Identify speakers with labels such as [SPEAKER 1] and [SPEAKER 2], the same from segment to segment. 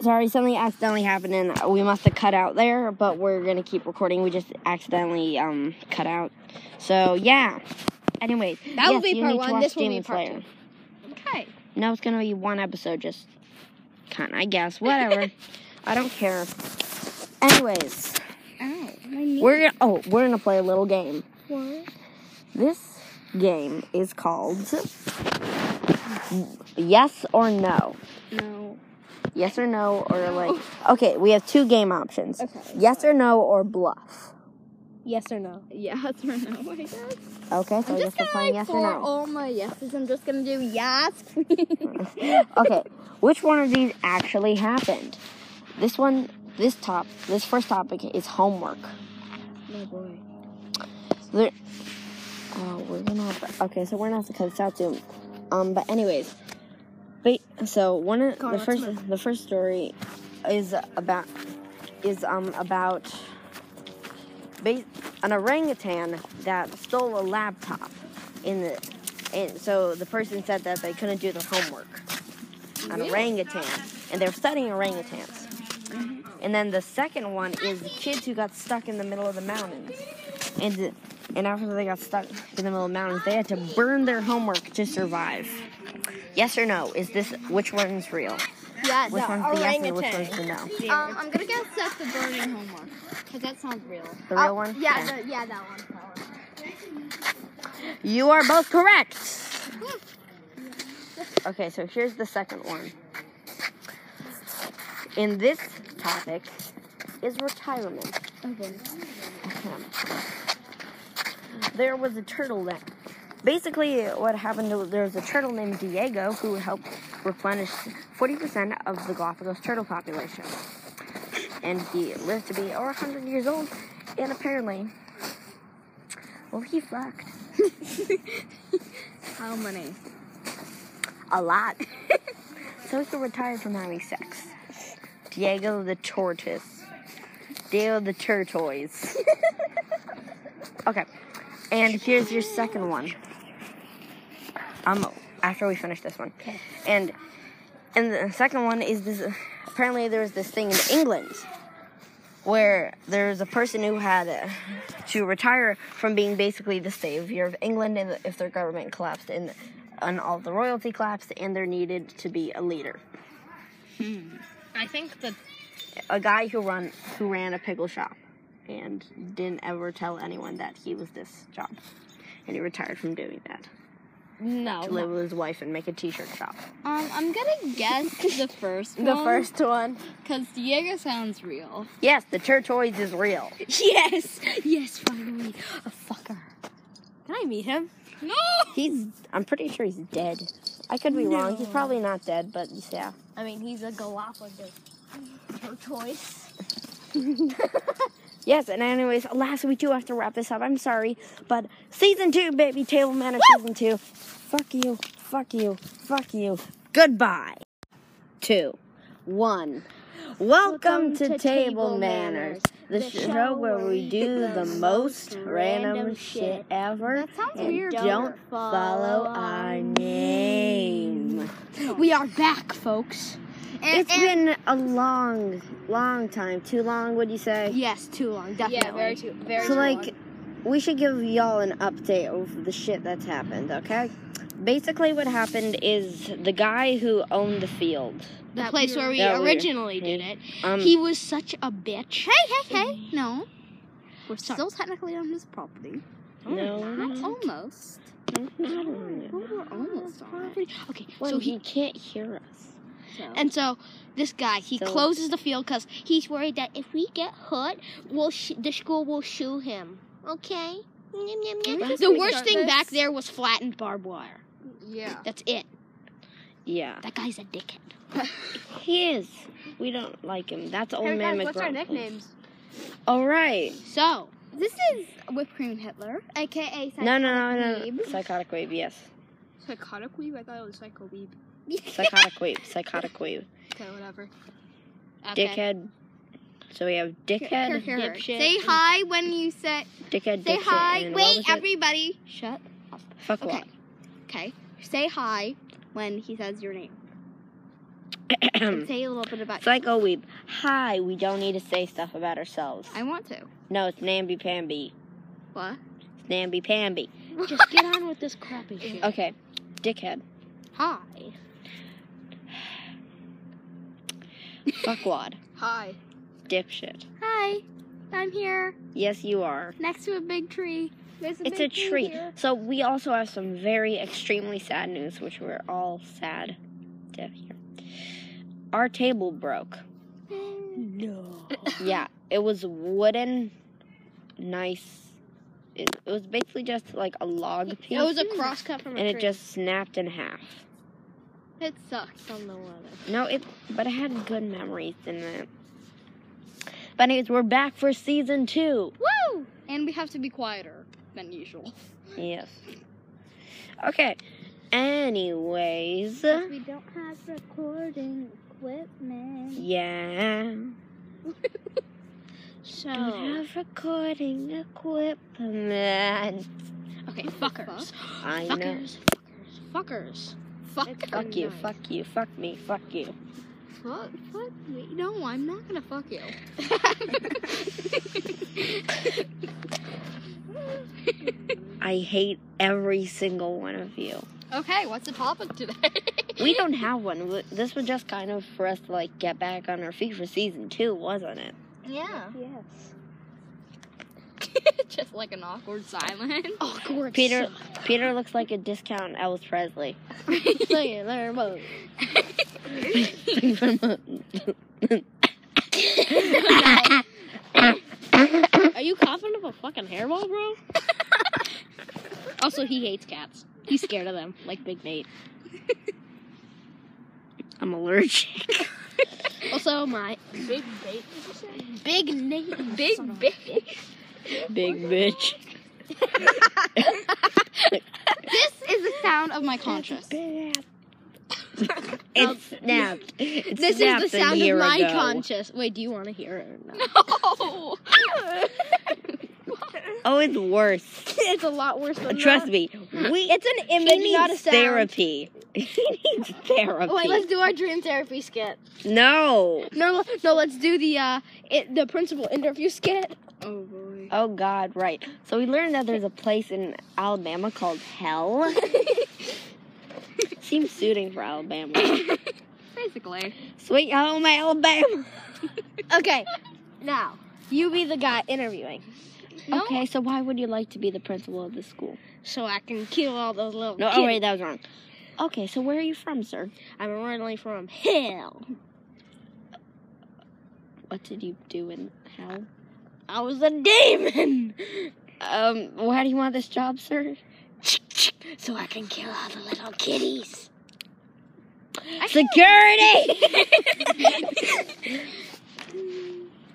[SPEAKER 1] Sorry, something accidentally happened and we must have cut out there, but we're gonna keep recording. We just accidentally um cut out. So yeah. Anyways,
[SPEAKER 2] That will
[SPEAKER 1] yes,
[SPEAKER 2] be
[SPEAKER 1] you
[SPEAKER 2] part
[SPEAKER 1] need to
[SPEAKER 2] one,
[SPEAKER 1] watch
[SPEAKER 2] this will be
[SPEAKER 1] Demon
[SPEAKER 2] part
[SPEAKER 1] Slayer.
[SPEAKER 2] Okay.
[SPEAKER 1] No, it's gonna be one episode, just kind of, I guess. Whatever. I don't care. Anyways,
[SPEAKER 2] Ow, my knee.
[SPEAKER 1] we're gonna, oh, we're gonna play a little game.
[SPEAKER 2] What?
[SPEAKER 1] This game is called Yes or No.
[SPEAKER 2] No.
[SPEAKER 1] Yes or no, or like. Okay, we have two game options.
[SPEAKER 2] Okay.
[SPEAKER 1] Yes or no, or bluff.
[SPEAKER 2] Yes or no? Yes or no, I guess.
[SPEAKER 1] Okay, so
[SPEAKER 2] I'm
[SPEAKER 1] I guess
[SPEAKER 2] just
[SPEAKER 1] we're
[SPEAKER 2] gonna
[SPEAKER 1] playing
[SPEAKER 2] like
[SPEAKER 1] yes
[SPEAKER 2] for
[SPEAKER 1] or no.
[SPEAKER 2] all my yeses. I'm just gonna do yes, Oh, please.
[SPEAKER 1] Okay, which one of these actually happened? This one, this top, this first topic is homework.
[SPEAKER 2] my boy.
[SPEAKER 1] There, oh, we're gonna have, okay, so we're gonna have to cut this out soon. Um, but anyways, but so one of
[SPEAKER 2] Go on,
[SPEAKER 1] the
[SPEAKER 2] let's
[SPEAKER 1] first the first story is about is um about ba- an orangutan that stole a laptop in the and so the person said that they couldn't do the homework an
[SPEAKER 2] Really?
[SPEAKER 1] orangutan and they're studying orangutans
[SPEAKER 2] Mm-hmm.
[SPEAKER 1] and then the second one is kids who got stuck in the middle of the mountains and and after they got stuck in the middle of the mountains they had to burn their homework to survive yes or no is this which one's real
[SPEAKER 2] Yeah,
[SPEAKER 1] which
[SPEAKER 2] the
[SPEAKER 1] one's the yes and which
[SPEAKER 2] orangutan.
[SPEAKER 1] one's the no
[SPEAKER 2] Um, I'm gonna guess that's the burning homework, cause that sounds real. Oh,
[SPEAKER 1] the real one
[SPEAKER 2] Yeah, the, yeah, that one. That one.
[SPEAKER 1] You are both correct. Okay, so here's the second one. In this topic is retirement.
[SPEAKER 2] Okay.
[SPEAKER 1] There was a turtle that basically what happened was there was a turtle named Diego who helped replenish 40% of the Galapagos turtle population. And he lived to be over 100 years old and apparently well he fucked
[SPEAKER 2] How many?
[SPEAKER 1] a lot. so he could retire from having sex. Diego the tortoise. Diego the turtoise. okay. And here's your second one. Um after we finish this one. And and the second one is this apparently there was this thing in England where there's a person who had uh, to retire from being basically the savior of England and if their government collapsed and, and all the royalty collapsed and there needed to be a leader.
[SPEAKER 2] I think the
[SPEAKER 1] A guy who run who ran a pickle shop and didn't ever tell anyone that he was this job. And he retired from doing that.
[SPEAKER 2] no.
[SPEAKER 1] To live with his wife and make a t-shirt shop.
[SPEAKER 2] Um, I'm gonna guess the first one.
[SPEAKER 1] one.
[SPEAKER 2] cause Diego sounds real.
[SPEAKER 1] Yes, the turtoise is real.
[SPEAKER 2] Yes, yes, finally, a fucker.
[SPEAKER 1] Can I meet him?
[SPEAKER 2] No.
[SPEAKER 1] He's I'm pretty sure he's dead. I could be wrong. He's probably not dead, but yeah.
[SPEAKER 2] I mean, he's a Galapagos tortoise.
[SPEAKER 1] Yes, and anyways, last we do have to wrap this up. I'm sorry, but season two, baby, Table Manor season two. Fuck you, fuck you, fuck you. Goodbye. Two, one. Welcome, to, Table, Manners, the, show where we do the most random shit ever.
[SPEAKER 2] That sounds
[SPEAKER 1] and
[SPEAKER 2] weird.
[SPEAKER 1] Don't follow our name.
[SPEAKER 2] We are back, folks. And,
[SPEAKER 1] It's been a long, long time. Too long, would you say?
[SPEAKER 2] yes, too long, definitely.
[SPEAKER 3] Yeah, very too, very
[SPEAKER 1] So
[SPEAKER 3] too
[SPEAKER 1] like,
[SPEAKER 3] long.
[SPEAKER 1] we should give y'all an update of the shit that's happened, okay? Basically, what happened is the guy who owned the field.
[SPEAKER 3] the
[SPEAKER 2] that weird-
[SPEAKER 3] place where we
[SPEAKER 1] that weird.
[SPEAKER 3] originally did it,
[SPEAKER 1] Um,
[SPEAKER 3] he was such a bitch.
[SPEAKER 2] Hey, hey, hey! No,
[SPEAKER 3] We're sorry.
[SPEAKER 2] still technically on his property.
[SPEAKER 1] no,
[SPEAKER 2] Almost. We were almost on it.
[SPEAKER 3] Okay,
[SPEAKER 1] so
[SPEAKER 3] so
[SPEAKER 1] he
[SPEAKER 3] he
[SPEAKER 1] can't hear us.
[SPEAKER 2] So-
[SPEAKER 3] and so this guy he
[SPEAKER 1] So-
[SPEAKER 3] closes the field because he's worried that if we get hurt, we'll sh- the school will shoot him. Okay. Nyam, nyam, nyam.
[SPEAKER 2] Where did
[SPEAKER 3] The
[SPEAKER 2] we
[SPEAKER 3] worst
[SPEAKER 2] start
[SPEAKER 3] thing
[SPEAKER 2] this?
[SPEAKER 3] back there was flattened barbed wire.
[SPEAKER 2] Yeah.
[SPEAKER 3] That's it.
[SPEAKER 1] Yeah,
[SPEAKER 3] That guy's a dickhead.
[SPEAKER 1] he is. We don't like him. That's old man McGrumpy.
[SPEAKER 2] nicknames?
[SPEAKER 1] All right.
[SPEAKER 3] So
[SPEAKER 2] This is Whipped Cream Hitler, aka
[SPEAKER 1] No, no, no, no. Psychotic wave. Yes.
[SPEAKER 2] Psychotic Weeb? I thought it was Psycho Weeb.
[SPEAKER 1] Psychotic wave. Psychotic wave.
[SPEAKER 2] Okay, whatever.
[SPEAKER 3] okay.
[SPEAKER 1] Dickhead. So we have
[SPEAKER 2] Here,
[SPEAKER 1] dickhead,
[SPEAKER 2] here, here.
[SPEAKER 3] dipshit.
[SPEAKER 2] Say hi when you say.
[SPEAKER 1] dickhead,
[SPEAKER 2] Say
[SPEAKER 1] dipshit,
[SPEAKER 2] hi.
[SPEAKER 1] and what
[SPEAKER 2] Wait,
[SPEAKER 1] was it?
[SPEAKER 2] everybody. Shut.
[SPEAKER 1] Fuck
[SPEAKER 2] Okay. Okay. Say hi when he says your name.
[SPEAKER 3] and say a little bit about
[SPEAKER 1] Psycho Weeb. oh, Hi, we don't need to say stuff about ourselves.
[SPEAKER 2] I want to.
[SPEAKER 1] No, it's Namby Pamby.
[SPEAKER 2] What?
[SPEAKER 1] It's Namby Pamby.
[SPEAKER 3] you. Just get on with this crappy shit.
[SPEAKER 1] Okay, dickhead.
[SPEAKER 3] Hi.
[SPEAKER 1] Fuckwad.
[SPEAKER 2] Hi.
[SPEAKER 1] Dipshit.
[SPEAKER 3] Hi. I'm here
[SPEAKER 1] Yes, you are.
[SPEAKER 3] next to a big tree. There's
[SPEAKER 1] It's a tree. So we also have some very extremely sad news, which we're all sad to hear. Our table broke.
[SPEAKER 3] No.
[SPEAKER 1] yeah, it was wooden, nice. It, it was basically just like a log piece,
[SPEAKER 2] It was a cross cut from a
[SPEAKER 1] and it
[SPEAKER 2] tree.
[SPEAKER 1] just snapped in half.
[SPEAKER 2] it sucks.
[SPEAKER 3] On the weather.
[SPEAKER 1] No, it but it had good memories in it. But anyways, we're back for season two.
[SPEAKER 2] Woo! And we have to be quieter than usual.
[SPEAKER 1] Yes. Okay. Anyways.
[SPEAKER 3] We don't have recording equipment.
[SPEAKER 1] Yeah.
[SPEAKER 3] So.
[SPEAKER 1] have recording equipment.
[SPEAKER 2] Okay,
[SPEAKER 3] fuckers.
[SPEAKER 1] I know.
[SPEAKER 3] Fuckers. Fuckers.
[SPEAKER 2] Fuck.
[SPEAKER 3] Fuck.
[SPEAKER 1] Fuck you,
[SPEAKER 3] nice.
[SPEAKER 1] fuck you, fuck me, fuck you.
[SPEAKER 2] Fuck. Fuck me. No, I'm not gonna fuck you.
[SPEAKER 1] I hate every single one of you.
[SPEAKER 2] okay, what's the topic today?
[SPEAKER 1] We don't have one. W- This was just kind of for us to like get back on our feet for season two, wasn't it?
[SPEAKER 2] Yeah.
[SPEAKER 3] Yes.
[SPEAKER 2] Just like an awkward silence.
[SPEAKER 3] Awkward.
[SPEAKER 1] Peter Peter looks like a discount Elvis Presley. Sing it, learn more. Sing for more.
[SPEAKER 3] Are you coughing up a fucking hairball, bro? also, he hates cats. He's scared of them, like Big Nate.
[SPEAKER 1] I'm allergic.
[SPEAKER 3] Also, my Big Nate. Big Nate. Big bitch.
[SPEAKER 1] Big bitch.
[SPEAKER 2] this is the sound of my conscience.
[SPEAKER 1] It snapped. It
[SPEAKER 3] This
[SPEAKER 1] snapped
[SPEAKER 3] is the
[SPEAKER 1] a
[SPEAKER 3] sound
[SPEAKER 1] year
[SPEAKER 3] of my
[SPEAKER 1] ago.
[SPEAKER 3] conscience. Wait, do you want to hear it or not?
[SPEAKER 2] No.
[SPEAKER 1] Oh, it's worse.
[SPEAKER 3] it's a lot worse than
[SPEAKER 1] Trust me, we. It's an image, he needs
[SPEAKER 3] not a sound.
[SPEAKER 1] therapy. He needs therapy.
[SPEAKER 3] Wait, let's do our dream therapy skit.
[SPEAKER 1] no.
[SPEAKER 3] No, no, let's do the uh, it, the principal interview skit.
[SPEAKER 2] Oh boy.
[SPEAKER 1] Oh God, right. So we learned that there's a place in Alabama called Hell. Seems suiting for Alabama.
[SPEAKER 2] Basically.
[SPEAKER 1] Sweet home Alabama.
[SPEAKER 3] Okay, now you be the guy interviewing,
[SPEAKER 2] No.
[SPEAKER 1] Okay, so why would you like to be the principal of the school?
[SPEAKER 3] so I can kill all those little.
[SPEAKER 1] No,
[SPEAKER 3] kids.
[SPEAKER 1] oh wait, that was wrong. Okay, so where are you from, sir?
[SPEAKER 3] I'm originally from hell.
[SPEAKER 1] What did you do in Hell?
[SPEAKER 3] I was a demon,
[SPEAKER 1] Um, why do you want this job, sir?
[SPEAKER 3] so I can kill all the little kitties.
[SPEAKER 1] Security.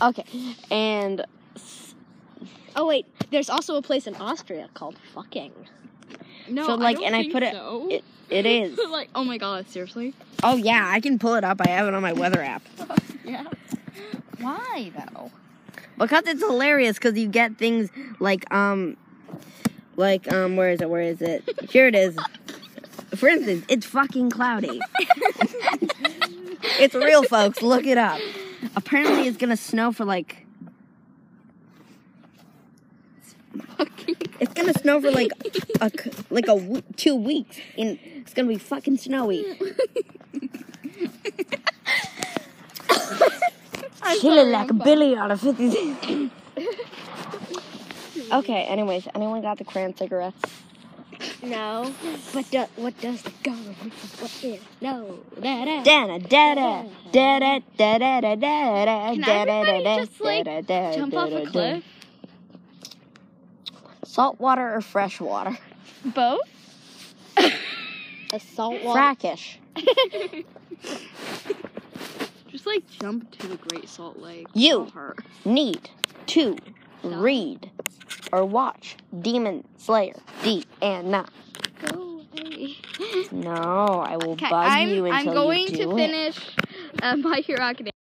[SPEAKER 1] okay, and s-
[SPEAKER 3] Oh wait, there's also a place in Austria called fucking.
[SPEAKER 2] No.
[SPEAKER 1] So, like, and I put it-
[SPEAKER 2] So.
[SPEAKER 1] it it is.
[SPEAKER 2] like, oh my god, seriously?
[SPEAKER 1] Oh yeah, I can pull it up. I have it on my weather app
[SPEAKER 2] Yeah. Why though?
[SPEAKER 1] because it's hilarious. Because you get things like um, like um, where is it? Where is it? Here it is. For instance, it's fucking cloudy. it's real, folks. Look it up. Apparently, it's gonna snow for like It's gonna snow for like a c- like a w- two weeks, and it's gonna be fucking snowy. Chilling like a Billy out of fifty. okay. Anyways, anyone got the crayon cigarettes?
[SPEAKER 3] No, but do, what does the government? What is no? Da, da.
[SPEAKER 1] Da da da da da da da da da da
[SPEAKER 2] Can
[SPEAKER 1] da da
[SPEAKER 2] everybody
[SPEAKER 1] da
[SPEAKER 2] just, like,
[SPEAKER 1] da da
[SPEAKER 2] Jump
[SPEAKER 1] da
[SPEAKER 2] off
[SPEAKER 1] da
[SPEAKER 2] a
[SPEAKER 1] da.
[SPEAKER 2] cliff?
[SPEAKER 1] Salt water or fresh water?
[SPEAKER 2] Both?
[SPEAKER 3] A salt water.
[SPEAKER 1] Brackish.
[SPEAKER 2] Just like jump to the Great Salt Lake.
[SPEAKER 1] You.
[SPEAKER 2] That'll hurt.
[SPEAKER 1] need to read or watch Demon Slayer D and not.
[SPEAKER 2] Go away.
[SPEAKER 1] No, I will
[SPEAKER 2] Okay,
[SPEAKER 1] bug
[SPEAKER 2] I'm,
[SPEAKER 1] you until
[SPEAKER 2] I'm going
[SPEAKER 1] you do
[SPEAKER 2] to
[SPEAKER 1] it.
[SPEAKER 2] finish um, My Hero Academia.